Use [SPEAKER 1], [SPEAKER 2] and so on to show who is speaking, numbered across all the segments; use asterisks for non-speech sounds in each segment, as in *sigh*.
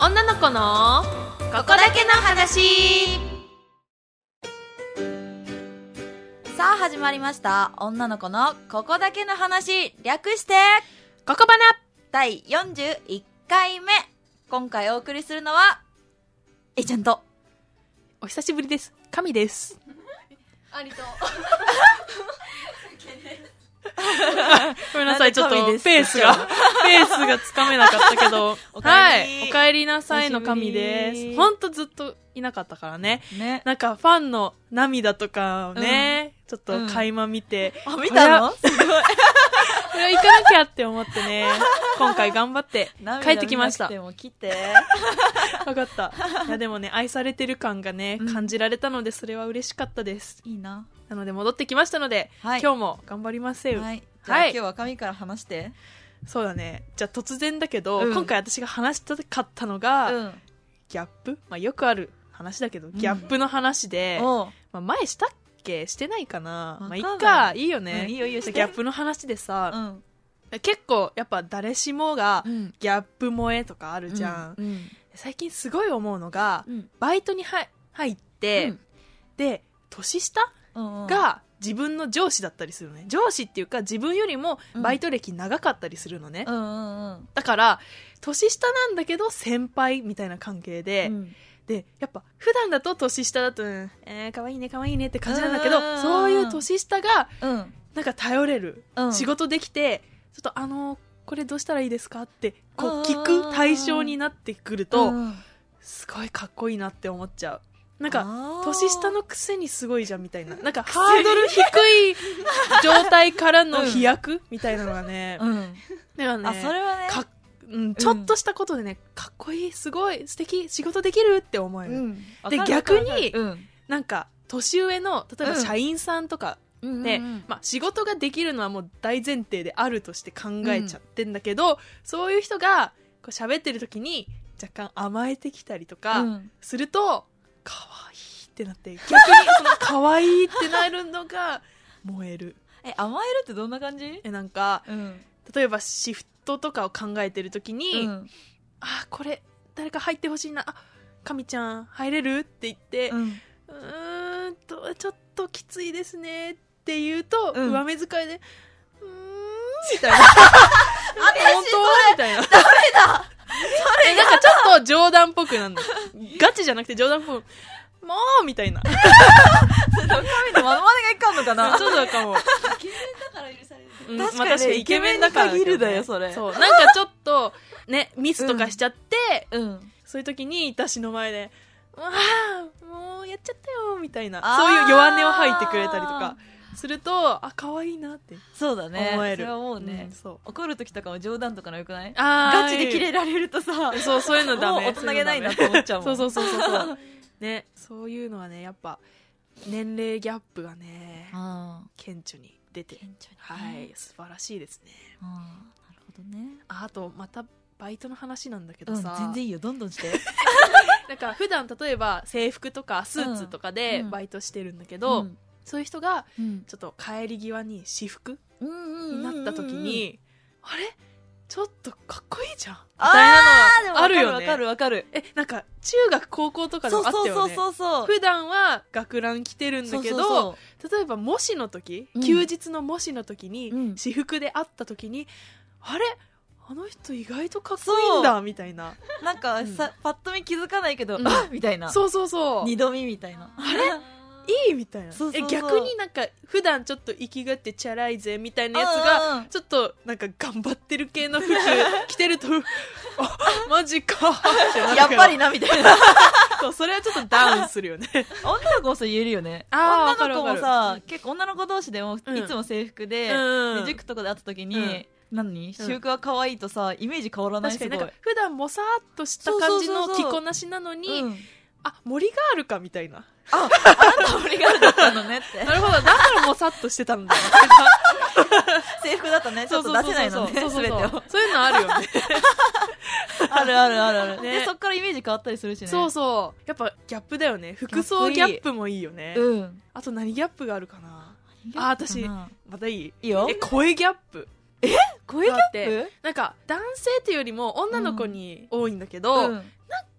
[SPEAKER 1] 女の子のここだけの話
[SPEAKER 2] さあ始まりました女の子のここだけの話略して
[SPEAKER 1] ここばな
[SPEAKER 2] 第41回目今回お送りするのはえいちゃんと
[SPEAKER 1] お久しぶりです神です
[SPEAKER 3] ありと。
[SPEAKER 1] ごめんなさいちょ
[SPEAKER 2] な
[SPEAKER 1] っ
[SPEAKER 2] ん
[SPEAKER 1] と
[SPEAKER 2] で神
[SPEAKER 1] ペ
[SPEAKER 2] です
[SPEAKER 1] ース *laughs* がペースがつかめなかったけど
[SPEAKER 2] おか
[SPEAKER 1] はい
[SPEAKER 2] えり
[SPEAKER 1] *laughs* おかえりなさいの神
[SPEAKER 2] お久しぶ
[SPEAKER 1] です
[SPEAKER 2] り
[SPEAKER 1] ほんとずっといなかったからね
[SPEAKER 2] ね
[SPEAKER 1] なんかファンの涙とかをね、ちょっと垣間見 *laughs* て、
[SPEAKER 2] あ見たの
[SPEAKER 1] ここれは行かなきゃって思って *laughs* ね今回頑張って帰ってきました
[SPEAKER 2] でも来て
[SPEAKER 1] *laughs* 分か *laughs* ったいやでもね愛されてる感がね
[SPEAKER 2] うん
[SPEAKER 1] 感じられたのでそれは嬉しかったです
[SPEAKER 2] いいな
[SPEAKER 1] なので戻ってきましたので、
[SPEAKER 2] はい
[SPEAKER 1] 今日も頑張りません、
[SPEAKER 2] はいじゃあ、
[SPEAKER 1] はい
[SPEAKER 2] 今日は神から話して
[SPEAKER 1] そうだねじゃあ突然だけど、
[SPEAKER 2] うん
[SPEAKER 1] 今回私が話したかったのが、
[SPEAKER 2] うん
[SPEAKER 1] ギャップ、まあ、よくある話だけど、ギャップの話で、
[SPEAKER 2] おう
[SPEAKER 1] まあ、前したっけしてないかなまあい
[SPEAKER 2] わか
[SPEAKER 1] っ
[SPEAKER 2] んな
[SPEAKER 1] かいいよね、
[SPEAKER 2] うんいいよいいよ
[SPEAKER 1] ギャップの話で
[SPEAKER 2] う
[SPEAKER 1] さ、
[SPEAKER 2] ん
[SPEAKER 1] 結構やっぱ誰しもが
[SPEAKER 2] うん
[SPEAKER 1] ギャップ萌えとかあるじゃん、
[SPEAKER 2] うん
[SPEAKER 1] 最近すごい思うのが
[SPEAKER 2] うん
[SPEAKER 1] バイトに入入って、
[SPEAKER 2] うん
[SPEAKER 1] で年下
[SPEAKER 2] うん
[SPEAKER 1] が自分の上司だったりするのね上司っていうか自分よりもバイト歴長かったりするのね、
[SPEAKER 2] うんうん
[SPEAKER 1] だから年下なんだけど先輩みたいな関係で、
[SPEAKER 2] うん
[SPEAKER 1] でやっぱ普段だと年下だと、うんえー、かわいいねかわいいねって感じなんだけ
[SPEAKER 2] うんうんうんう
[SPEAKER 1] ど
[SPEAKER 2] ん
[SPEAKER 1] そういう年下が
[SPEAKER 2] うん
[SPEAKER 1] なんか頼れる、
[SPEAKER 2] うん
[SPEAKER 1] 仕事できてちょっとあのーこれどうしたらいいですかってこ
[SPEAKER 2] うんうんうん
[SPEAKER 1] う聞く対象になってくると、
[SPEAKER 2] うん
[SPEAKER 1] すごいかっこいいなって思っちゃうなんか
[SPEAKER 2] か
[SPEAKER 1] 年下のくせにすごいじゃんみたいななんかハードル低い状態か
[SPEAKER 2] *laughs*
[SPEAKER 1] らの飛躍、みたいなのがね、
[SPEAKER 2] うん
[SPEAKER 1] だからね
[SPEAKER 2] あそれはね
[SPEAKER 1] かっうん、ちょっとしたことでね、かっこいいすごい素敵仕事できるって思える、
[SPEAKER 2] ん
[SPEAKER 1] で逆に
[SPEAKER 2] うん
[SPEAKER 1] なんか年上の例えば
[SPEAKER 2] うん
[SPEAKER 1] 社員さんとかで、
[SPEAKER 2] うんうん
[SPEAKER 1] まあ、仕事ができるのはもう大前提であるとして考えちゃってんだけど、そういう人がこう喋ってる時に若干甘えてきたりとか
[SPEAKER 2] うん
[SPEAKER 1] すると、かわいいってなって逆にそのかわいいってなるのが燃える
[SPEAKER 2] え甘えるってどんな感じ
[SPEAKER 1] えなんか
[SPEAKER 2] うん
[SPEAKER 1] 例えばシフトとかを考えてる時に、
[SPEAKER 2] うん
[SPEAKER 1] あーこれ誰か入ってほしいなあかみちゃん入れるって言って、う
[SPEAKER 2] うん
[SPEAKER 1] ーんとちょっときついですねって言うと、
[SPEAKER 2] うん
[SPEAKER 1] 上目遣いでうーんみ
[SPEAKER 2] *laughs*
[SPEAKER 1] たいな本当みたいなダメだそれなんかちょっと冗談っぽくなんだガチじゃなくて冗談っぽくもうみたいなち
[SPEAKER 2] 神のまのまねがいかんのか
[SPEAKER 1] ょ
[SPEAKER 2] な
[SPEAKER 1] っとかも
[SPEAKER 3] イケメンだから許される。
[SPEAKER 1] うん
[SPEAKER 2] 確かにね
[SPEAKER 1] まあイケメンだから
[SPEAKER 2] イケメンに限るだよそれ
[SPEAKER 1] うなんかちょっとねミスとかしちゃって、
[SPEAKER 2] うん
[SPEAKER 1] そういう時に私の前で「わあもうやっちゃったよ」みたいな
[SPEAKER 2] あー
[SPEAKER 1] そういう弱音を吐いてくれたりとかするとあ可愛いなって
[SPEAKER 2] そうだね
[SPEAKER 1] 思える、
[SPEAKER 2] それはもうね
[SPEAKER 1] んそう
[SPEAKER 2] 怒る時とかも冗談とかのよくない
[SPEAKER 1] あー
[SPEAKER 2] ガチでキレられるとさ
[SPEAKER 1] いいそうそういうのダメ
[SPEAKER 2] もう大人げないなって思っちゃうもん
[SPEAKER 1] そうそうそうそうそう *laughs* ねそういうのはねやっぱ年齢ギャップがね
[SPEAKER 2] ああ
[SPEAKER 1] 顕著に出て
[SPEAKER 2] 顕著に
[SPEAKER 1] はい素晴らしいですね
[SPEAKER 2] ああなるほどね
[SPEAKER 1] ああとまたバイトの話なんだけ
[SPEAKER 2] う
[SPEAKER 1] ど
[SPEAKER 2] ん
[SPEAKER 1] さ、
[SPEAKER 2] 全然いいよどんどんして
[SPEAKER 1] なんか普段例えば制服とかスーツとかで
[SPEAKER 2] うん
[SPEAKER 1] バイトしてるんだけど、
[SPEAKER 2] うん
[SPEAKER 1] そういう人が
[SPEAKER 2] うん
[SPEAKER 1] ちょっと帰り際に私服
[SPEAKER 2] うんうんうん
[SPEAKER 1] になった時に、あれちょっとかっこいいじゃんみ
[SPEAKER 2] あー
[SPEAKER 1] たいなのは
[SPEAKER 2] あ
[SPEAKER 1] あ
[SPEAKER 2] る
[SPEAKER 1] る
[SPEAKER 2] よ
[SPEAKER 1] よ
[SPEAKER 2] わかる
[SPEAKER 1] ね
[SPEAKER 2] わかる
[SPEAKER 1] えなんか中学高校とかで
[SPEAKER 2] そ
[SPEAKER 1] も
[SPEAKER 2] う
[SPEAKER 1] あったよ
[SPEAKER 2] そう
[SPEAKER 1] ね
[SPEAKER 2] そうそうそう
[SPEAKER 1] 普段は学ラン着てるんだけど
[SPEAKER 2] そうそう
[SPEAKER 1] 例えば模試の時、
[SPEAKER 2] うん
[SPEAKER 1] 休日の模試の時に、
[SPEAKER 2] うん
[SPEAKER 1] 私服で会った時にあれあの人意外とかっこいいんだみたいな
[SPEAKER 2] そうなんかさパッと見気づかないけど
[SPEAKER 1] うん
[SPEAKER 2] あみたいな
[SPEAKER 1] そうそうそう
[SPEAKER 2] 二度見みたいな
[SPEAKER 3] あ
[SPEAKER 2] *laughs*
[SPEAKER 3] れ
[SPEAKER 1] いいみたいな
[SPEAKER 2] そうそうそう
[SPEAKER 1] え逆になんか普段ちょっと生きがってチャラいぜみたいなやつが
[SPEAKER 2] うんうん
[SPEAKER 1] ちょっとなんか頑張ってる系の服着てる *laughs* とあマジかってなる
[SPEAKER 2] やっ
[SPEAKER 1] から
[SPEAKER 2] ぱりなみたいな
[SPEAKER 1] *laughs* そうそれはちょっとダウンするよね
[SPEAKER 2] *laughs* 女の子もそう言えるよね
[SPEAKER 1] あー
[SPEAKER 2] 女の子も
[SPEAKER 1] わかるわ
[SPEAKER 2] さ結構女の子同士でもい
[SPEAKER 1] うん
[SPEAKER 2] つも制服で
[SPEAKER 1] うん
[SPEAKER 2] で塾とかで会った時
[SPEAKER 1] う
[SPEAKER 2] に
[SPEAKER 1] ん
[SPEAKER 2] 何私服が可愛いとさイメージ変わらない
[SPEAKER 1] 確
[SPEAKER 2] す
[SPEAKER 1] か
[SPEAKER 2] ごい
[SPEAKER 1] になんか普段もさーっとした感じ
[SPEAKER 2] そう
[SPEAKER 1] の
[SPEAKER 2] そうそう
[SPEAKER 1] 着
[SPEAKER 2] そう
[SPEAKER 1] こなしなのに
[SPEAKER 2] うん
[SPEAKER 1] あ森があるかみたいな
[SPEAKER 2] あ、あなた森ガールだったのね
[SPEAKER 1] *laughs*
[SPEAKER 2] って。
[SPEAKER 1] なるほどだからもさっとしてたんだ
[SPEAKER 2] 制服だとね、ちょっと出せないのね、
[SPEAKER 1] *laughs* そう
[SPEAKER 2] す
[SPEAKER 1] そう
[SPEAKER 2] べて
[SPEAKER 1] そうそう
[SPEAKER 2] を。
[SPEAKER 1] そういうのあるよ *laughs* ね
[SPEAKER 2] あるあるあるある。
[SPEAKER 1] ね
[SPEAKER 2] で、そっからイメージ変わったりするしね。
[SPEAKER 1] そうそうやっぱギャップだよね服装ギャップもいいよね
[SPEAKER 2] うん。
[SPEAKER 1] あと何ギャップがあるかなあ私
[SPEAKER 2] い
[SPEAKER 1] またいい
[SPEAKER 2] いよ
[SPEAKER 1] え声ギャップ
[SPEAKER 2] 声
[SPEAKER 1] があってなんか男性っていうよりも女の子に多いんだけど、
[SPEAKER 2] う
[SPEAKER 1] なん
[SPEAKER 2] ん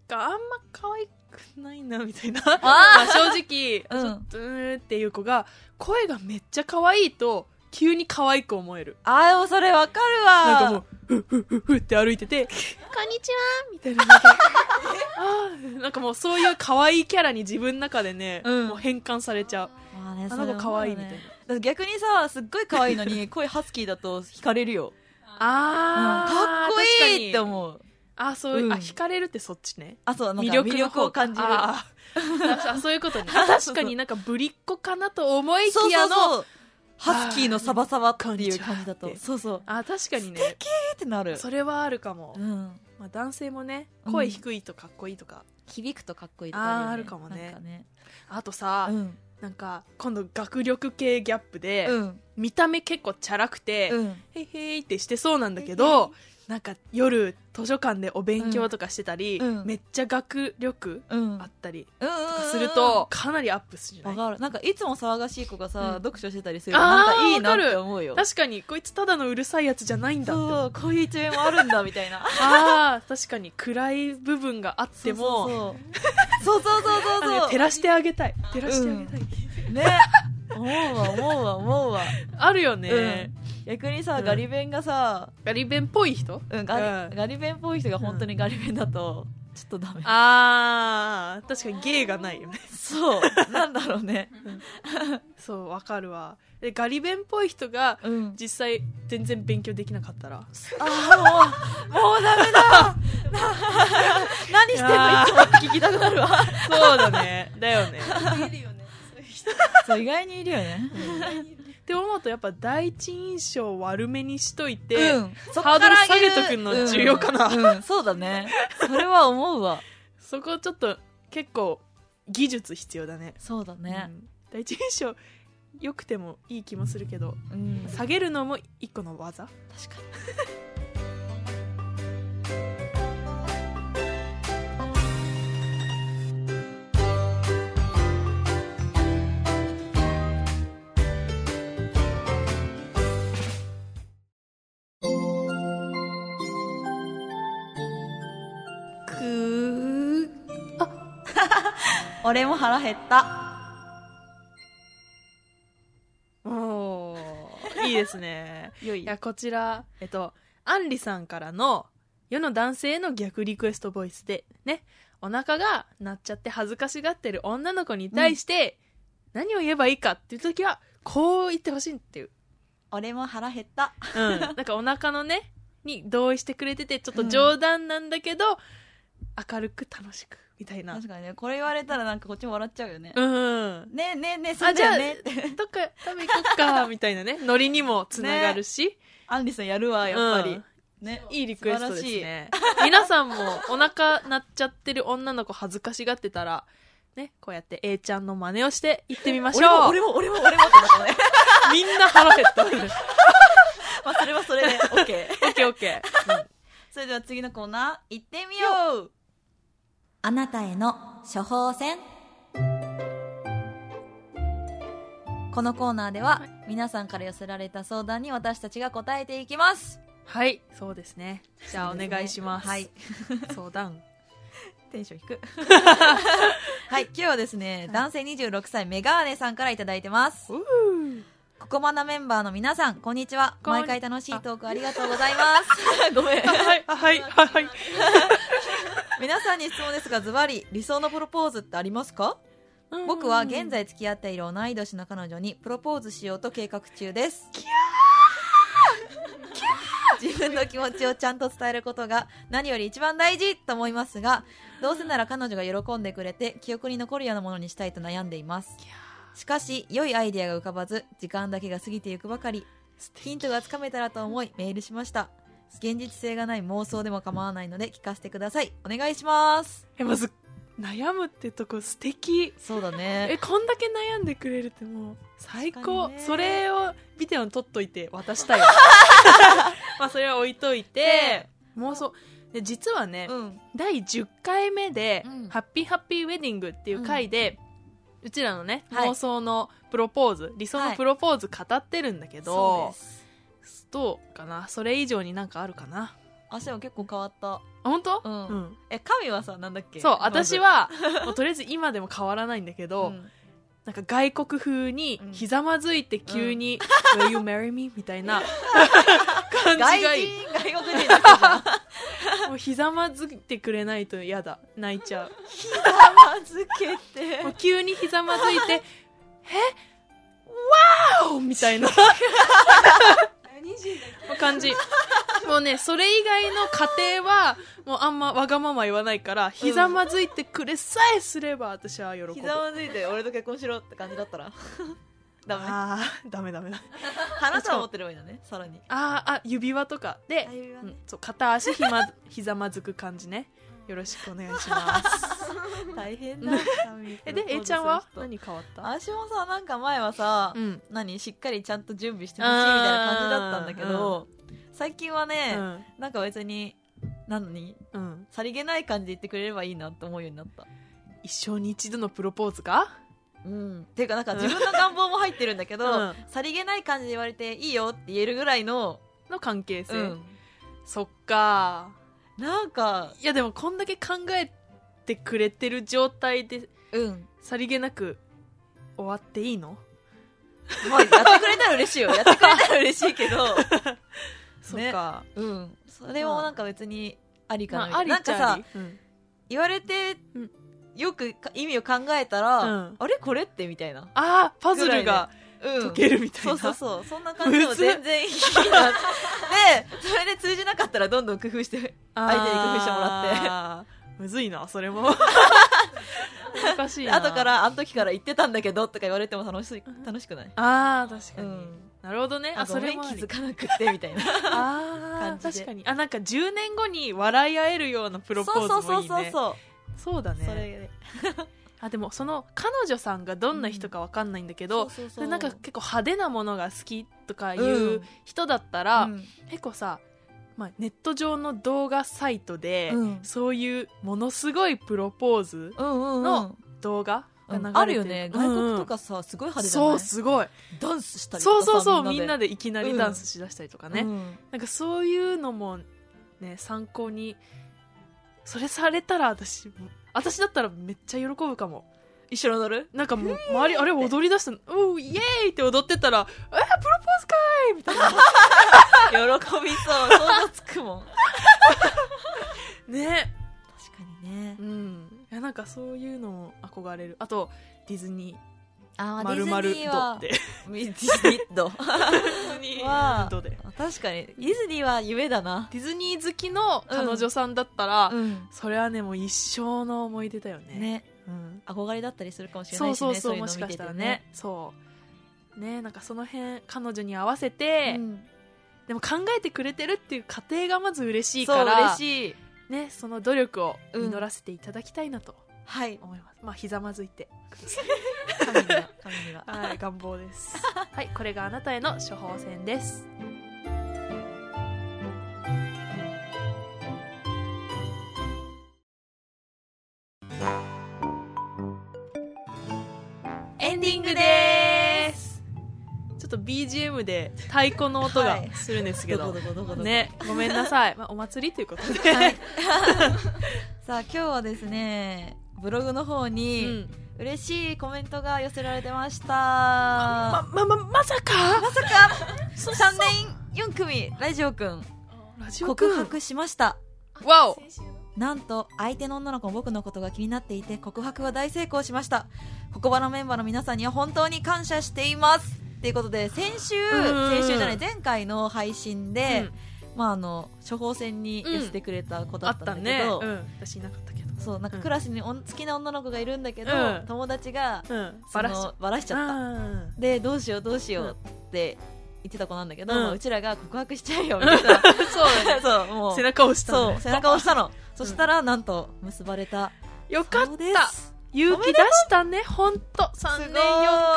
[SPEAKER 1] かあんま可愛くないなみたいなまあ
[SPEAKER 2] *laughs* あ
[SPEAKER 1] 正直、
[SPEAKER 2] うん
[SPEAKER 1] ちょっとうーんっていう子が声がめっちゃ可愛いと急に可愛く思える
[SPEAKER 2] あーでもそれわかるわ
[SPEAKER 1] なんかもうふっふっふって歩い
[SPEAKER 2] *laughs*
[SPEAKER 1] ててこんにちはみたいな *laughs* なんかあーなんかもうそういう可愛いキャラに自分の中でね、
[SPEAKER 2] うん
[SPEAKER 1] もう変換されちゃう
[SPEAKER 2] まあね、
[SPEAKER 1] あの子可愛いみたいな
[SPEAKER 2] それはあるよね。だから逆にさ、すっごい可愛いのに、声ハスキーだと惹かれるよ。うん
[SPEAKER 1] あ
[SPEAKER 2] かっこいいって
[SPEAKER 1] う
[SPEAKER 2] 思う。
[SPEAKER 1] あそういう、
[SPEAKER 2] うん
[SPEAKER 1] あ惹かれるってそっちね
[SPEAKER 2] あ、そう、なん
[SPEAKER 1] 魅
[SPEAKER 2] か
[SPEAKER 1] 力
[SPEAKER 2] 魅
[SPEAKER 1] の
[SPEAKER 2] 力
[SPEAKER 1] 方
[SPEAKER 2] を感じる。
[SPEAKER 1] あーあそういう
[SPEAKER 2] *laughs*
[SPEAKER 1] ことね確かになんかぶりっ子かなと思い
[SPEAKER 2] そう
[SPEAKER 1] き
[SPEAKER 2] そ
[SPEAKER 1] や
[SPEAKER 2] う
[SPEAKER 1] の
[SPEAKER 2] そう。ハスキーのサバサバって
[SPEAKER 1] こん
[SPEAKER 2] い
[SPEAKER 1] に
[SPEAKER 2] う
[SPEAKER 1] ちは
[SPEAKER 2] 感じだ
[SPEAKER 1] っ
[SPEAKER 2] と。
[SPEAKER 1] て
[SPEAKER 2] そうそう。
[SPEAKER 1] あ確かにね
[SPEAKER 2] えーってなる。
[SPEAKER 1] それはあるかも、
[SPEAKER 2] うん。
[SPEAKER 1] まあ、男性もね
[SPEAKER 2] うん
[SPEAKER 1] 声低いとかっこいいとか、
[SPEAKER 2] 響くとかっこいいと
[SPEAKER 1] あー
[SPEAKER 2] か
[SPEAKER 1] あ
[SPEAKER 2] あ
[SPEAKER 1] る
[SPEAKER 2] る
[SPEAKER 1] かも
[SPEAKER 2] よ
[SPEAKER 1] ね
[SPEAKER 2] ね。なんかね。
[SPEAKER 1] あとさ、
[SPEAKER 2] うん。
[SPEAKER 1] なんか今度学力系ギャップで、
[SPEAKER 2] うん。
[SPEAKER 1] 見た目結構チャラくて、
[SPEAKER 2] うん。
[SPEAKER 1] へいへいってしてそうなんだけど、なんか夜図書館でお勉強とかしてたり、
[SPEAKER 2] うん
[SPEAKER 1] めっちゃ学力
[SPEAKER 2] うん。
[SPEAKER 1] あったり
[SPEAKER 2] うん
[SPEAKER 1] とかすると、かなりアップするじゃ
[SPEAKER 2] わ
[SPEAKER 1] ない
[SPEAKER 2] かる。なんかいつも騒がしい子が
[SPEAKER 1] うん
[SPEAKER 2] さ、読書してたりすると
[SPEAKER 1] あー
[SPEAKER 2] なんかいいなっ
[SPEAKER 1] わか
[SPEAKER 2] て
[SPEAKER 1] る
[SPEAKER 2] 思うよ。
[SPEAKER 1] 確かにこいつただのうるさいやつじゃないんだって思う
[SPEAKER 2] そう、こういう一面もあるんだ、みたいな。
[SPEAKER 1] あー確かに暗い部分があ
[SPEAKER 2] *laughs*
[SPEAKER 1] っても
[SPEAKER 2] そうそうそうそう
[SPEAKER 1] あの
[SPEAKER 2] そう
[SPEAKER 1] ね
[SPEAKER 2] そ
[SPEAKER 1] 照らしてあげたい照らしてあげたい、
[SPEAKER 2] うね思うわ思うわ思うわ、
[SPEAKER 1] あるよね、
[SPEAKER 2] うん、逆にさ、
[SPEAKER 1] うん
[SPEAKER 2] ガリ弁がさ、
[SPEAKER 1] ガリ弁っぽい人
[SPEAKER 2] うんガリ
[SPEAKER 1] うん
[SPEAKER 2] ガリ弁っぽい人が本当にガリ弁だと、ちょっとダメ
[SPEAKER 1] あー確かに芸がないよね
[SPEAKER 2] そう *laughs* なんだろうね
[SPEAKER 1] そうわかるわでガリ弁っぽい人が
[SPEAKER 2] うん
[SPEAKER 1] 実際全然勉強できなかったら
[SPEAKER 2] ああもうもうダメだな何してん
[SPEAKER 1] いやー
[SPEAKER 2] のいつも聞きたくなるわ
[SPEAKER 1] そうだ *laughs* ねだよね
[SPEAKER 3] いるよねそういう人
[SPEAKER 2] そう意外にいるよね
[SPEAKER 1] って思うとやっぱ第一印象悪めにしといて、
[SPEAKER 2] うんそっ
[SPEAKER 1] ハー
[SPEAKER 2] か
[SPEAKER 1] ドル
[SPEAKER 2] ら
[SPEAKER 1] 下
[SPEAKER 2] 上
[SPEAKER 1] げ
[SPEAKER 2] げる
[SPEAKER 1] とくの重要かな
[SPEAKER 2] うんうんそうだねそれは思うわ
[SPEAKER 1] そこちょっと結構技術必要だね
[SPEAKER 2] そうだね
[SPEAKER 1] うん第一印象良くてもいい気もするけど
[SPEAKER 2] うん
[SPEAKER 1] 下げるのも一個の技
[SPEAKER 2] 確かにくーあ俺も腹減った
[SPEAKER 1] おーいいですね
[SPEAKER 2] よい
[SPEAKER 1] *laughs* いやこちらえっとアンリさんからの世の男性への逆リクエストボイスでねお腹が鳴っちゃって恥ずかしがってる女の子に対して、何を言えばいいかっていう時はこう言ってほしいっていう、
[SPEAKER 2] 俺も腹減った
[SPEAKER 1] うん、 *laughs* なんかお腹のねに同意してくれててちょっと冗談なんだけど、明るく楽しくみたいな
[SPEAKER 2] 確かにねこれ言われたらなんかこっちも笑っちゃうよね、
[SPEAKER 1] うん
[SPEAKER 2] ねえねえねえそうだよねって
[SPEAKER 1] どっか食べ行こっか *laughs* みたいなねノリにもつながるし、
[SPEAKER 2] アンリさんやるわやっぱり、ね
[SPEAKER 1] いいリクエストですね。皆さんもお腹鳴っちゃってる女の子恥ずかしがってたら、ね、こうやって A ちゃんの真似をして行ってみまし
[SPEAKER 2] 俺も
[SPEAKER 1] ょう。
[SPEAKER 2] 俺も俺も俺もってなったね *laughs*
[SPEAKER 1] みんな腹減った。オッ
[SPEAKER 2] まあそれはそれで OK
[SPEAKER 1] ケーオッケー。
[SPEAKER 2] それでは次のコーナー行ってみようあなたへの処方箋このコーナーでは皆さんから寄せられた相談に私たちが答えていきます
[SPEAKER 1] はい、そうですね。じゃあお願いします。
[SPEAKER 2] はい。
[SPEAKER 1] 相談。
[SPEAKER 2] テンション低くはい今日はですね男性26歳メガーネさんからいただいてますここまなメンバーの皆さん、こんにちは。
[SPEAKER 1] こん
[SPEAKER 2] 毎回楽しいトークありがとうございます。 *laughs* *laughs* ごめん。
[SPEAKER 1] はい、はい、はい。
[SPEAKER 2] 皆さんに質問ですが、ズバリ、理想のプロポーズってありますか僕は現在付き合っている同い年の彼女にプロポーズしようと計画中です。自分の気持ちをちゃんと伝えることが何より一番大事と思いますが、どうせなら彼女が喜んでくれて記憶に残るようなものにしたいと悩んでいます。しかし、良いアイデアが浮かばず、時間だけが過ぎてゆくばかり、ヒントがつかめたらと思いメールしました。現実性がない妄想でも構わないので聞かせてください。お願いします。
[SPEAKER 1] え、まず、悩むってとこ素敵。
[SPEAKER 2] そうだね
[SPEAKER 1] *laughs* え、こんだけ悩んでくれるってもう、最
[SPEAKER 2] 確
[SPEAKER 1] 高
[SPEAKER 2] か。にね
[SPEAKER 1] それをビデオに撮っといて渡した
[SPEAKER 2] *laughs*
[SPEAKER 1] いわ。まあ、それは置いといて、妄想。で実はね、
[SPEAKER 2] うん。
[SPEAKER 1] 第10回目で、
[SPEAKER 2] うん
[SPEAKER 1] ハッピーハッピーウェディングっていう回で、うちらのね、
[SPEAKER 2] はい
[SPEAKER 1] 妄想のプロポーズ、理想のプロポーズ語ってるんだけど、
[SPEAKER 2] す。
[SPEAKER 1] スとかなそれ以上になんかあるかな
[SPEAKER 2] 足は結構変わった
[SPEAKER 1] あ本当
[SPEAKER 2] うん
[SPEAKER 1] ん
[SPEAKER 2] え神はさなんだっけ
[SPEAKER 1] そう
[SPEAKER 2] まず
[SPEAKER 1] 私
[SPEAKER 2] *laughs*
[SPEAKER 1] はもうとりあえず今でも変わらないんだけど、
[SPEAKER 2] うん
[SPEAKER 1] なんか外国風に
[SPEAKER 2] うん
[SPEAKER 1] ひざまずいて急に「Will you marry me?」みたいな感
[SPEAKER 2] 外
[SPEAKER 1] じがいい
[SPEAKER 2] 人外国人だったじゃん
[SPEAKER 1] もうひざまずいてくれないと嫌だ泣いち *laughs* ゃう
[SPEAKER 2] 甘漬け *laughs* て
[SPEAKER 1] もう急にひざまずい *laughs* て「えわーお!」みたいな
[SPEAKER 3] 何人だっ
[SPEAKER 1] 感じもうねそれ以外の家庭はもうあんまわがまま言わないからひざまずいてくれさえすれば私は喜ぶ
[SPEAKER 2] ひざまずいて俺と結婚しろって感じだったら *laughs* ダメ
[SPEAKER 1] あーダメダメダメ
[SPEAKER 2] 花束持ってればいいんだねさらに
[SPEAKER 1] あーあ指輪とかで
[SPEAKER 2] 指輪
[SPEAKER 1] う
[SPEAKER 2] ね
[SPEAKER 1] ん、そう片足ひ,、ま、ひざまずく感じねよろしくお願いします
[SPEAKER 2] *laughs* 大変だ
[SPEAKER 1] だえ
[SPEAKER 2] え
[SPEAKER 1] で A ちゃんは何変わった
[SPEAKER 2] 私もさなんか前はさ、
[SPEAKER 1] うん、
[SPEAKER 2] 何しっかりちゃんと準備してほしいみたいな感じだったんだけど、最近は
[SPEAKER 1] う
[SPEAKER 2] ね、
[SPEAKER 1] ん
[SPEAKER 2] なんか別になのに
[SPEAKER 1] うん、
[SPEAKER 2] さりげない感じで言ってくれればいいなと思うようになった
[SPEAKER 1] 一生に一度のプロポーズか
[SPEAKER 2] うんっていうかなんか自分の願望も入ってるんだけど、
[SPEAKER 1] うん
[SPEAKER 2] さりげない感じで言われていいよって言えるぐらいの、
[SPEAKER 1] の関係性、
[SPEAKER 2] うん
[SPEAKER 1] そっか
[SPEAKER 2] なんか
[SPEAKER 1] いやでもこんだけ考えてくれてる状態で *laughs*
[SPEAKER 2] うん
[SPEAKER 1] さりげなく終わっていいの
[SPEAKER 2] まあやってくれたら嬉しいよやってくれたら嬉しいけ
[SPEAKER 1] *laughs*
[SPEAKER 2] ど
[SPEAKER 1] そっか、
[SPEAKER 2] うんそれもなんか別にありかなみた
[SPEAKER 1] まあ、あ
[SPEAKER 2] い
[SPEAKER 1] り
[SPEAKER 2] な,、
[SPEAKER 1] っちゃ
[SPEAKER 2] な
[SPEAKER 1] あ
[SPEAKER 2] んか
[SPEAKER 1] り
[SPEAKER 2] さ
[SPEAKER 1] うん
[SPEAKER 2] 言われて
[SPEAKER 1] うん
[SPEAKER 2] よくか意味を考えたら、
[SPEAKER 1] うん
[SPEAKER 2] あれこれってみたいな
[SPEAKER 1] あーパズルが
[SPEAKER 2] うん
[SPEAKER 1] 解けるみたいな、
[SPEAKER 2] そうそうそうそんな感じでも全然いいな *laughs* でそれで通じなかったらどんどん工夫して
[SPEAKER 1] 相
[SPEAKER 2] 手に工夫しても
[SPEAKER 1] らってむずいなそれも難しいな
[SPEAKER 2] 後からあの時から言ってたんだけどとか言われても楽しい楽しくない
[SPEAKER 1] ああ確
[SPEAKER 2] う
[SPEAKER 1] かに、
[SPEAKER 2] ん
[SPEAKER 1] なるほどねあ
[SPEAKER 2] あ
[SPEAKER 1] そ
[SPEAKER 2] そ
[SPEAKER 1] れ
[SPEAKER 2] れ
[SPEAKER 1] もあ
[SPEAKER 2] 気
[SPEAKER 1] り
[SPEAKER 2] づかなくってみたいな *laughs*
[SPEAKER 1] あー
[SPEAKER 2] 感じで
[SPEAKER 1] 確かにあなんか10年後に笑い合えるようなプロポーズ
[SPEAKER 2] そうそ
[SPEAKER 1] も
[SPEAKER 2] う
[SPEAKER 1] いい
[SPEAKER 2] そう
[SPEAKER 1] ねそう
[SPEAKER 2] そう
[SPEAKER 1] だ
[SPEAKER 2] それ
[SPEAKER 1] ね
[SPEAKER 2] で
[SPEAKER 1] あでもその彼女さんがどんな人かわかんないんだけ
[SPEAKER 2] そ
[SPEAKER 1] ど、
[SPEAKER 2] うそう
[SPEAKER 1] そ
[SPEAKER 2] そう
[SPEAKER 1] れなんか結構派手なものが好きとかいううん人だったら、結構さ、まあ、ネット上の動画サイトで、
[SPEAKER 2] うん
[SPEAKER 1] そういうものすごいプロポーズ
[SPEAKER 2] うんうんうん
[SPEAKER 1] の動画が
[SPEAKER 2] う
[SPEAKER 1] 流れて
[SPEAKER 2] んあるよね外国と
[SPEAKER 1] うんうん
[SPEAKER 2] かさすごい派手じゃな
[SPEAKER 1] そう
[SPEAKER 2] い
[SPEAKER 1] すごい
[SPEAKER 2] ダンスしたりと
[SPEAKER 1] そ
[SPEAKER 2] か
[SPEAKER 1] う
[SPEAKER 2] さ
[SPEAKER 1] そうそうみんな
[SPEAKER 2] で
[SPEAKER 1] でいきなりダンスしだしたりとかね、
[SPEAKER 2] うん
[SPEAKER 1] なんかそういうのもね参考にそれされたら私私だったらめっちゃ喜ぶかも
[SPEAKER 2] 一緒に乗る
[SPEAKER 1] なんかもう周りあれ踊り出したのうーイエーイって踊ってたら「えープロポーズかーい!」みたいな
[SPEAKER 2] 喜びそう想像つくもん確
[SPEAKER 1] ね
[SPEAKER 2] かにね
[SPEAKER 1] うんいやなんかそういうのも憧れるあとディズニ
[SPEAKER 2] あ
[SPEAKER 1] ー「
[SPEAKER 2] ま
[SPEAKER 1] ま
[SPEAKER 2] る
[SPEAKER 1] るまるド」ってデ
[SPEAKER 2] ディズニード
[SPEAKER 1] ィズニ
[SPEAKER 2] は
[SPEAKER 1] *laughs* ードで
[SPEAKER 2] 確かにディズニーは夢だな
[SPEAKER 1] ディズニー好きの彼女さんだったら、
[SPEAKER 2] うん
[SPEAKER 1] それはねもう一生の思い出だよね
[SPEAKER 2] ね
[SPEAKER 1] うん、
[SPEAKER 2] 憧れだったりするかもしれな
[SPEAKER 1] そ
[SPEAKER 2] いうし
[SPEAKER 1] そう
[SPEAKER 2] ね
[SPEAKER 1] そう
[SPEAKER 2] いの
[SPEAKER 1] も
[SPEAKER 2] 見
[SPEAKER 1] してか
[SPEAKER 2] て
[SPEAKER 1] したらねそうねなんかその辺彼女に合わせて、
[SPEAKER 2] うん
[SPEAKER 1] でも考えてくれてるっていう過程がまず嬉しい
[SPEAKER 2] そ
[SPEAKER 1] か
[SPEAKER 2] う
[SPEAKER 1] ら
[SPEAKER 2] 嬉しい
[SPEAKER 1] ね、その努力を実らせていただきたいなと
[SPEAKER 2] はい
[SPEAKER 1] 思います、まあひざまずいて
[SPEAKER 2] 神には神には
[SPEAKER 1] はい、願望です。 *laughs* はい、これがあなたへの処方箋です。
[SPEAKER 2] エンディングです
[SPEAKER 1] ちょっと BGM で太鼓の音が
[SPEAKER 2] はい
[SPEAKER 1] するんですけ
[SPEAKER 2] どこ
[SPEAKER 1] ど
[SPEAKER 2] ど。
[SPEAKER 1] *laughs*
[SPEAKER 2] こどこどこ
[SPEAKER 1] ね、ごめんなさい。まあ、お祭りということで。
[SPEAKER 2] はいさあ今日はですねブログの方
[SPEAKER 1] う
[SPEAKER 2] に
[SPEAKER 1] ん。
[SPEAKER 2] 嬉しいコメントが寄せられてました、
[SPEAKER 1] ま、ま、ま、まさか
[SPEAKER 2] まさか3年4組ラジオくん
[SPEAKER 1] ラジオく
[SPEAKER 2] 告
[SPEAKER 1] ん。
[SPEAKER 2] 白しました
[SPEAKER 1] わお
[SPEAKER 3] 先週の
[SPEAKER 2] なんと相手の女の子も僕のことが気になっていて告白は大成功しましたここばのメンバーの皆さんには本当に感謝していますということで先週
[SPEAKER 1] うん
[SPEAKER 2] 先週じゃない前回の配信で、
[SPEAKER 1] うん
[SPEAKER 2] まああの処方箋に寄せてくれた子
[SPEAKER 1] あ
[SPEAKER 2] だっ
[SPEAKER 1] ったた
[SPEAKER 2] んだけ
[SPEAKER 1] ね。
[SPEAKER 2] ど、
[SPEAKER 1] うん。私いなかったけど。
[SPEAKER 2] そうなんか
[SPEAKER 1] うん
[SPEAKER 2] クラスにおん好きな女の子がいるんだけど、
[SPEAKER 1] うん
[SPEAKER 2] 友達が
[SPEAKER 1] うん。
[SPEAKER 2] そ
[SPEAKER 1] バ
[SPEAKER 2] の
[SPEAKER 1] ラしちゃっ
[SPEAKER 2] バラしち
[SPEAKER 1] た。
[SPEAKER 2] ゃった
[SPEAKER 1] あ
[SPEAKER 2] でどうしようどうしようって言ってた子なんだけど、
[SPEAKER 1] うん
[SPEAKER 2] まあうちらが告白しちゃえよみたいな
[SPEAKER 1] ー *laughs* そうだね。
[SPEAKER 2] *laughs* そうもう
[SPEAKER 1] 背中を押したの
[SPEAKER 2] そう
[SPEAKER 1] ね
[SPEAKER 2] 背中を押したの、そしたらなんと結ばれた
[SPEAKER 1] よかっ
[SPEAKER 2] そうで
[SPEAKER 1] た。
[SPEAKER 2] す
[SPEAKER 1] 勇気出したね。ほんと。3年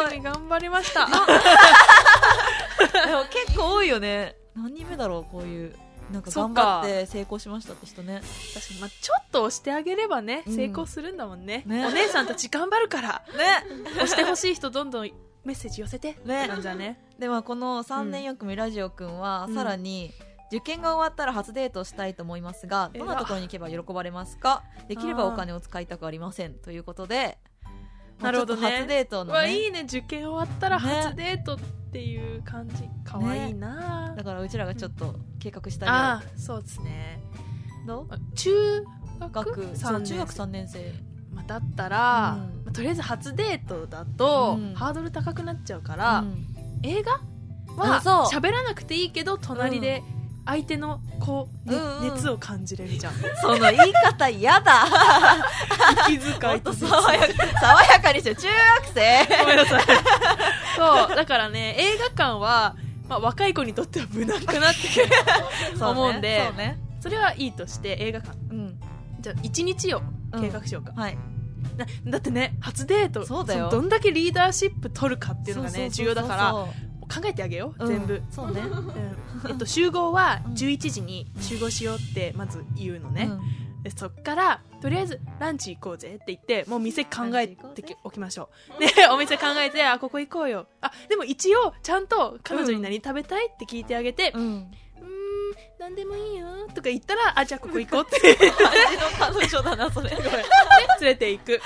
[SPEAKER 1] 4組頑張りました。
[SPEAKER 2] でも結構多いよね何人目だろうこういうなんか
[SPEAKER 1] そっ
[SPEAKER 2] 頑
[SPEAKER 1] か
[SPEAKER 2] 張って成功しましたって人ね
[SPEAKER 1] 確かに、まあ、ちょっと押してあげればね、
[SPEAKER 2] うん
[SPEAKER 1] 成功するんだもんね
[SPEAKER 2] ね
[SPEAKER 1] お姉さんたち頑張るから
[SPEAKER 2] ね
[SPEAKER 1] 押してほしい人どんどんメッセージ寄せて
[SPEAKER 2] ね
[SPEAKER 1] って感じだね
[SPEAKER 2] でもこの3年4組ラジオくんは
[SPEAKER 1] うん
[SPEAKER 2] さらに、受験が終わったら初デートをしたいと思いますが
[SPEAKER 1] えら
[SPEAKER 2] どんなところに行けば喜ばれますかできればお金を使いたくありませんということでまあ
[SPEAKER 1] なるほどね
[SPEAKER 2] ちょっと初デート
[SPEAKER 1] う
[SPEAKER 2] の
[SPEAKER 1] わ
[SPEAKER 2] ね
[SPEAKER 1] いいね受験終わったら初デートっていう感じ可愛、いいな、
[SPEAKER 2] だからうちらがちょっと計画した
[SPEAKER 1] あ
[SPEAKER 2] ら
[SPEAKER 1] あそうですね
[SPEAKER 2] どう
[SPEAKER 1] あ中学
[SPEAKER 2] 学
[SPEAKER 1] 3
[SPEAKER 2] そう
[SPEAKER 1] 年
[SPEAKER 2] 中学3年生
[SPEAKER 1] まあだったら、
[SPEAKER 2] うん
[SPEAKER 1] まあとりあえず初デートだと、
[SPEAKER 2] うん
[SPEAKER 1] ハードル高くなっちゃうから、
[SPEAKER 2] うん
[SPEAKER 1] 映画
[SPEAKER 2] あ
[SPEAKER 1] は
[SPEAKER 2] そう
[SPEAKER 1] 喋らなくていいけど隣で相手のこう、ね
[SPEAKER 2] うんうん
[SPEAKER 1] 熱を感じれるじゃん
[SPEAKER 2] その言い方嫌だ
[SPEAKER 1] *laughs* 息遣
[SPEAKER 2] 本
[SPEAKER 1] いと
[SPEAKER 2] 当
[SPEAKER 1] 熱
[SPEAKER 2] 爽やか爽やかにして中学生
[SPEAKER 1] *laughs* ごめんなさいそうだからね映画館は、まあ、若い子にとっては無難かなって
[SPEAKER 2] そうね
[SPEAKER 1] 思うんで
[SPEAKER 2] そうね
[SPEAKER 1] *laughs* それはいいとして映画館
[SPEAKER 2] うん
[SPEAKER 1] じゃあ1日を
[SPEAKER 2] うん
[SPEAKER 1] 計画しようか、
[SPEAKER 2] はい
[SPEAKER 1] なだってね初デート
[SPEAKER 2] そうだよ
[SPEAKER 1] のどんだけリーダーシップ取るかっていうのがね
[SPEAKER 2] そそそそ
[SPEAKER 1] 重要だから考えてあげよ
[SPEAKER 2] う
[SPEAKER 1] う、
[SPEAKER 2] ん
[SPEAKER 1] 全部、
[SPEAKER 2] そうね
[SPEAKER 1] えっと、集合は
[SPEAKER 2] うん
[SPEAKER 1] 11時に集合しようってまず言うのね、
[SPEAKER 2] うん
[SPEAKER 1] でそっからとりあえずランチ行こうぜって言ってもう店考
[SPEAKER 2] ラン
[SPEAKER 1] え
[SPEAKER 2] チ行こう
[SPEAKER 1] て
[SPEAKER 2] ぜ
[SPEAKER 1] おきましょうでお店考えてあここ行こうよあでも一応ちゃんと彼女に何食べたいって聞いてあげて「う
[SPEAKER 2] うん
[SPEAKER 1] ーん何でもいいよ」とか言ったら「あじゃあここ行こ
[SPEAKER 2] *laughs*
[SPEAKER 1] う」ってで
[SPEAKER 2] 感じの彼女だなそ *laughs* れ
[SPEAKER 1] 連れて行く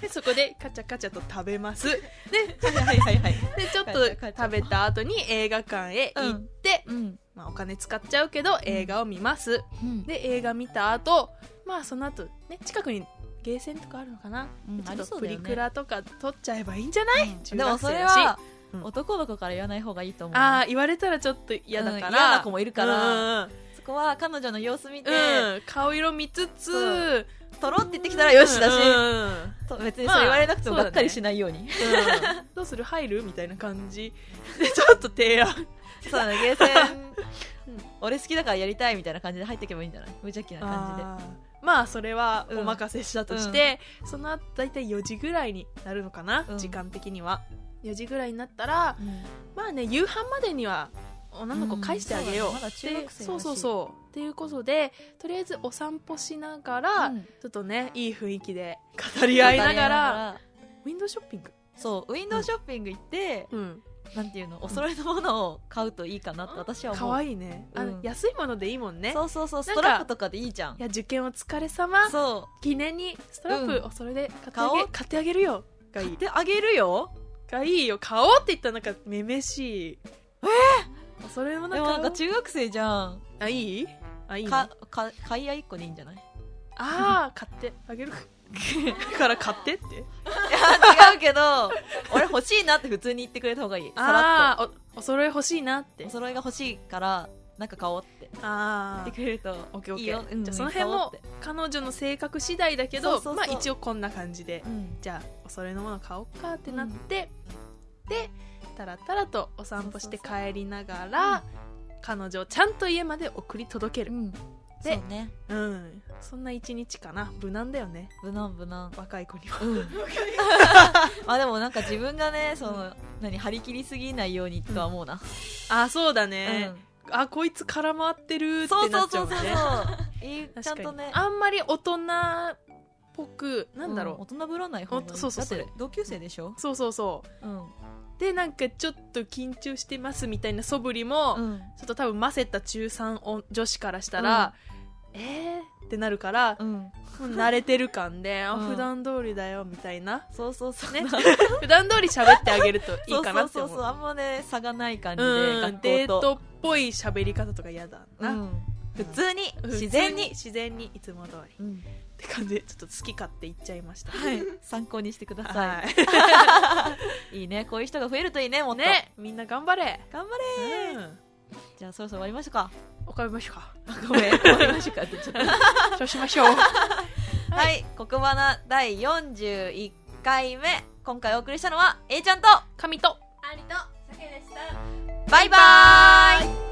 [SPEAKER 1] でそこでカチャカチャと食べますで
[SPEAKER 2] はいはいはい
[SPEAKER 1] でちょっ
[SPEAKER 2] カチャカチ
[SPEAKER 1] と
[SPEAKER 2] ャ
[SPEAKER 1] 食べた後に映画館へ行って、
[SPEAKER 2] うん
[SPEAKER 1] まあ、お金使っちゃうけど映画を見ます、
[SPEAKER 2] うん
[SPEAKER 1] で映画見た後まあその後ね近くにゲーセンとかあるのかな、
[SPEAKER 2] うん
[SPEAKER 1] ち
[SPEAKER 2] あ
[SPEAKER 1] ょ
[SPEAKER 2] り
[SPEAKER 1] っ
[SPEAKER 2] そ
[SPEAKER 1] と
[SPEAKER 2] う
[SPEAKER 1] プ
[SPEAKER 2] だよ
[SPEAKER 1] リ
[SPEAKER 2] ね
[SPEAKER 1] クラとか撮っちゃえばいいんじゃない、中学生だし
[SPEAKER 2] でもそれは
[SPEAKER 1] うん
[SPEAKER 2] 男の子から言わない方がいいと思う
[SPEAKER 1] ああ言われたらちょっと嫌だから、
[SPEAKER 2] うん嫌な子もいるから
[SPEAKER 1] うん
[SPEAKER 2] そこは彼女の様子見て
[SPEAKER 1] うん顔色見つ
[SPEAKER 2] そ
[SPEAKER 1] つ
[SPEAKER 2] とろって言ってきたらよしだし
[SPEAKER 1] うん *laughs*
[SPEAKER 2] と別にそれ言われなくても
[SPEAKER 1] まあ
[SPEAKER 2] がっかりしないように
[SPEAKER 1] うんどうする入るみたいな感じで *laughs* ちょっと提案
[SPEAKER 2] そうだねゲーセン
[SPEAKER 1] うん
[SPEAKER 2] 俺好きだからやりたいみたいな感じで入っていけばいいんじゃない無邪気な感じで
[SPEAKER 1] あーまあそれは
[SPEAKER 2] うん
[SPEAKER 1] お任せしたとして、その後大体4時ぐらいになるのかな、
[SPEAKER 2] うん
[SPEAKER 1] 時間的には4時ぐらいになったらまあね夕飯までには女の子返してあげよ
[SPEAKER 2] う
[SPEAKER 1] う,
[SPEAKER 2] ん
[SPEAKER 1] で、
[SPEAKER 2] そうだねまだ中学生だし
[SPEAKER 1] そうそうそうっていうことでとりあえずお散歩しながら、
[SPEAKER 2] うん
[SPEAKER 1] ちょっとねいい雰囲気で語り合いながらウィンドウショッピング、
[SPEAKER 2] そうウィンドウショッピング行って
[SPEAKER 1] うん、
[SPEAKER 2] なんていうのお揃いのものを買うといいかなって私は思う
[SPEAKER 1] かわいいね、あ
[SPEAKER 2] う
[SPEAKER 1] の
[SPEAKER 2] ん
[SPEAKER 1] 安いものでいいもんね
[SPEAKER 2] そうそうそう
[SPEAKER 1] なんか
[SPEAKER 2] ストラップとかでいいじゃん
[SPEAKER 1] いや受験お疲れ様
[SPEAKER 2] そ
[SPEAKER 1] 記念にストラッ
[SPEAKER 2] うん
[SPEAKER 1] プおそれで買ってあげ,、
[SPEAKER 2] 買おう
[SPEAKER 1] 買ってあげるよ
[SPEAKER 2] う
[SPEAKER 1] がいい
[SPEAKER 2] てあげるよ
[SPEAKER 1] がいいよ買おうって言ったらなんかめめしいえそれも
[SPEAKER 2] で
[SPEAKER 1] なん
[SPEAKER 2] も
[SPEAKER 1] か
[SPEAKER 2] なんか中学生じゃん
[SPEAKER 1] あいいあいいの
[SPEAKER 2] かか買い合いっ個でいいんじ
[SPEAKER 1] *laughs*
[SPEAKER 2] ゃない
[SPEAKER 1] あー買って
[SPEAKER 2] *laughs*
[SPEAKER 1] あげるだから買ってって
[SPEAKER 2] 違うけど俺欲しいなって普通に言ってくれた方がいいさらっ
[SPEAKER 1] ああおお揃い欲しいなっ
[SPEAKER 2] と
[SPEAKER 1] て
[SPEAKER 2] お揃いが欲しいからなんか買おうって
[SPEAKER 1] あ
[SPEAKER 2] 言
[SPEAKER 1] あ
[SPEAKER 2] ってくれると
[SPEAKER 1] オッケーオッ
[SPEAKER 2] いい
[SPEAKER 1] ケ
[SPEAKER 2] よ
[SPEAKER 1] ー、
[SPEAKER 2] うん
[SPEAKER 1] じゃあその辺も
[SPEAKER 2] 買
[SPEAKER 1] 彼女の性格次第だけど
[SPEAKER 2] そうそうそう
[SPEAKER 1] まあ一応こんな感じで
[SPEAKER 2] おうってうん
[SPEAKER 1] じゃあお揃いのもの買おうかってなって、でたらたらとお散歩して
[SPEAKER 2] そうそう
[SPEAKER 1] 帰りながら彼女をちゃんと家まで送り届ける
[SPEAKER 2] うん
[SPEAKER 1] で
[SPEAKER 2] そうね
[SPEAKER 1] うんそんな一日かな無難だよね
[SPEAKER 2] 無難無難
[SPEAKER 1] 若い子には
[SPEAKER 2] うん
[SPEAKER 1] *laughs*
[SPEAKER 2] あでもなんか自分がねその何張り切りすぎないようにとは思うな、
[SPEAKER 1] あそうだ
[SPEAKER 2] うん
[SPEAKER 1] ね、あこいつ絡まってるって
[SPEAKER 2] そう
[SPEAKER 1] な
[SPEAKER 2] そう
[SPEAKER 1] っちゃ
[SPEAKER 2] そうう
[SPEAKER 1] もん
[SPEAKER 2] そう
[SPEAKER 1] ね *laughs*
[SPEAKER 2] そういいちゃ
[SPEAKER 1] 確
[SPEAKER 2] ん
[SPEAKER 1] かに
[SPEAKER 2] とね
[SPEAKER 1] あんまり大人っぽくなんだろう、
[SPEAKER 2] ん大人ぶらない方がい
[SPEAKER 1] ほ
[SPEAKER 2] い
[SPEAKER 1] んそうそ
[SPEAKER 2] だ
[SPEAKER 1] う
[SPEAKER 2] っ
[SPEAKER 1] そ
[SPEAKER 2] て同級生でしょ
[SPEAKER 1] そうそうそう
[SPEAKER 2] うん
[SPEAKER 1] でなんかちょっと緊張してますみたいな素振りも、
[SPEAKER 2] うん
[SPEAKER 1] ちょっと多分ませた中3女子からしたら、えーってなるから、
[SPEAKER 2] うん
[SPEAKER 1] もう慣れてる感で、
[SPEAKER 2] *laughs*
[SPEAKER 1] あ
[SPEAKER 2] うん
[SPEAKER 1] 普段通りだよみたいな
[SPEAKER 2] そうそうそう *laughs*
[SPEAKER 1] ね
[SPEAKER 2] そう
[SPEAKER 1] 普段通り喋ってあげるとい
[SPEAKER 2] そ
[SPEAKER 1] いうかなって
[SPEAKER 2] そ
[SPEAKER 1] 思
[SPEAKER 2] う
[SPEAKER 1] う
[SPEAKER 2] そうあんまね差がない感じで、
[SPEAKER 1] うん、デー
[SPEAKER 2] 学校と
[SPEAKER 1] トっぽい喋り方とか嫌だな、
[SPEAKER 2] うん普通に自然に、
[SPEAKER 1] 自然にいつも通り
[SPEAKER 2] うん
[SPEAKER 1] って感じでちょっと好き勝手言っちゃいました
[SPEAKER 2] はい参考にしてくださ
[SPEAKER 1] はい
[SPEAKER 2] いいいねこういう人が増えるといいねもっと
[SPEAKER 1] ねみんな頑張れ、
[SPEAKER 2] 頑張れー、 *laughs*
[SPEAKER 1] うん
[SPEAKER 2] じゃあそろそろ終わりましょうか
[SPEAKER 1] おかみましょうか
[SPEAKER 2] あごめん終わりましょうかってちょっと
[SPEAKER 1] *laughs* そうしましょう
[SPEAKER 2] はい、黒花第41回目今回お送りしたのは A ちゃんと
[SPEAKER 1] 神と
[SPEAKER 3] ありと、さけでした。
[SPEAKER 2] バイバーイ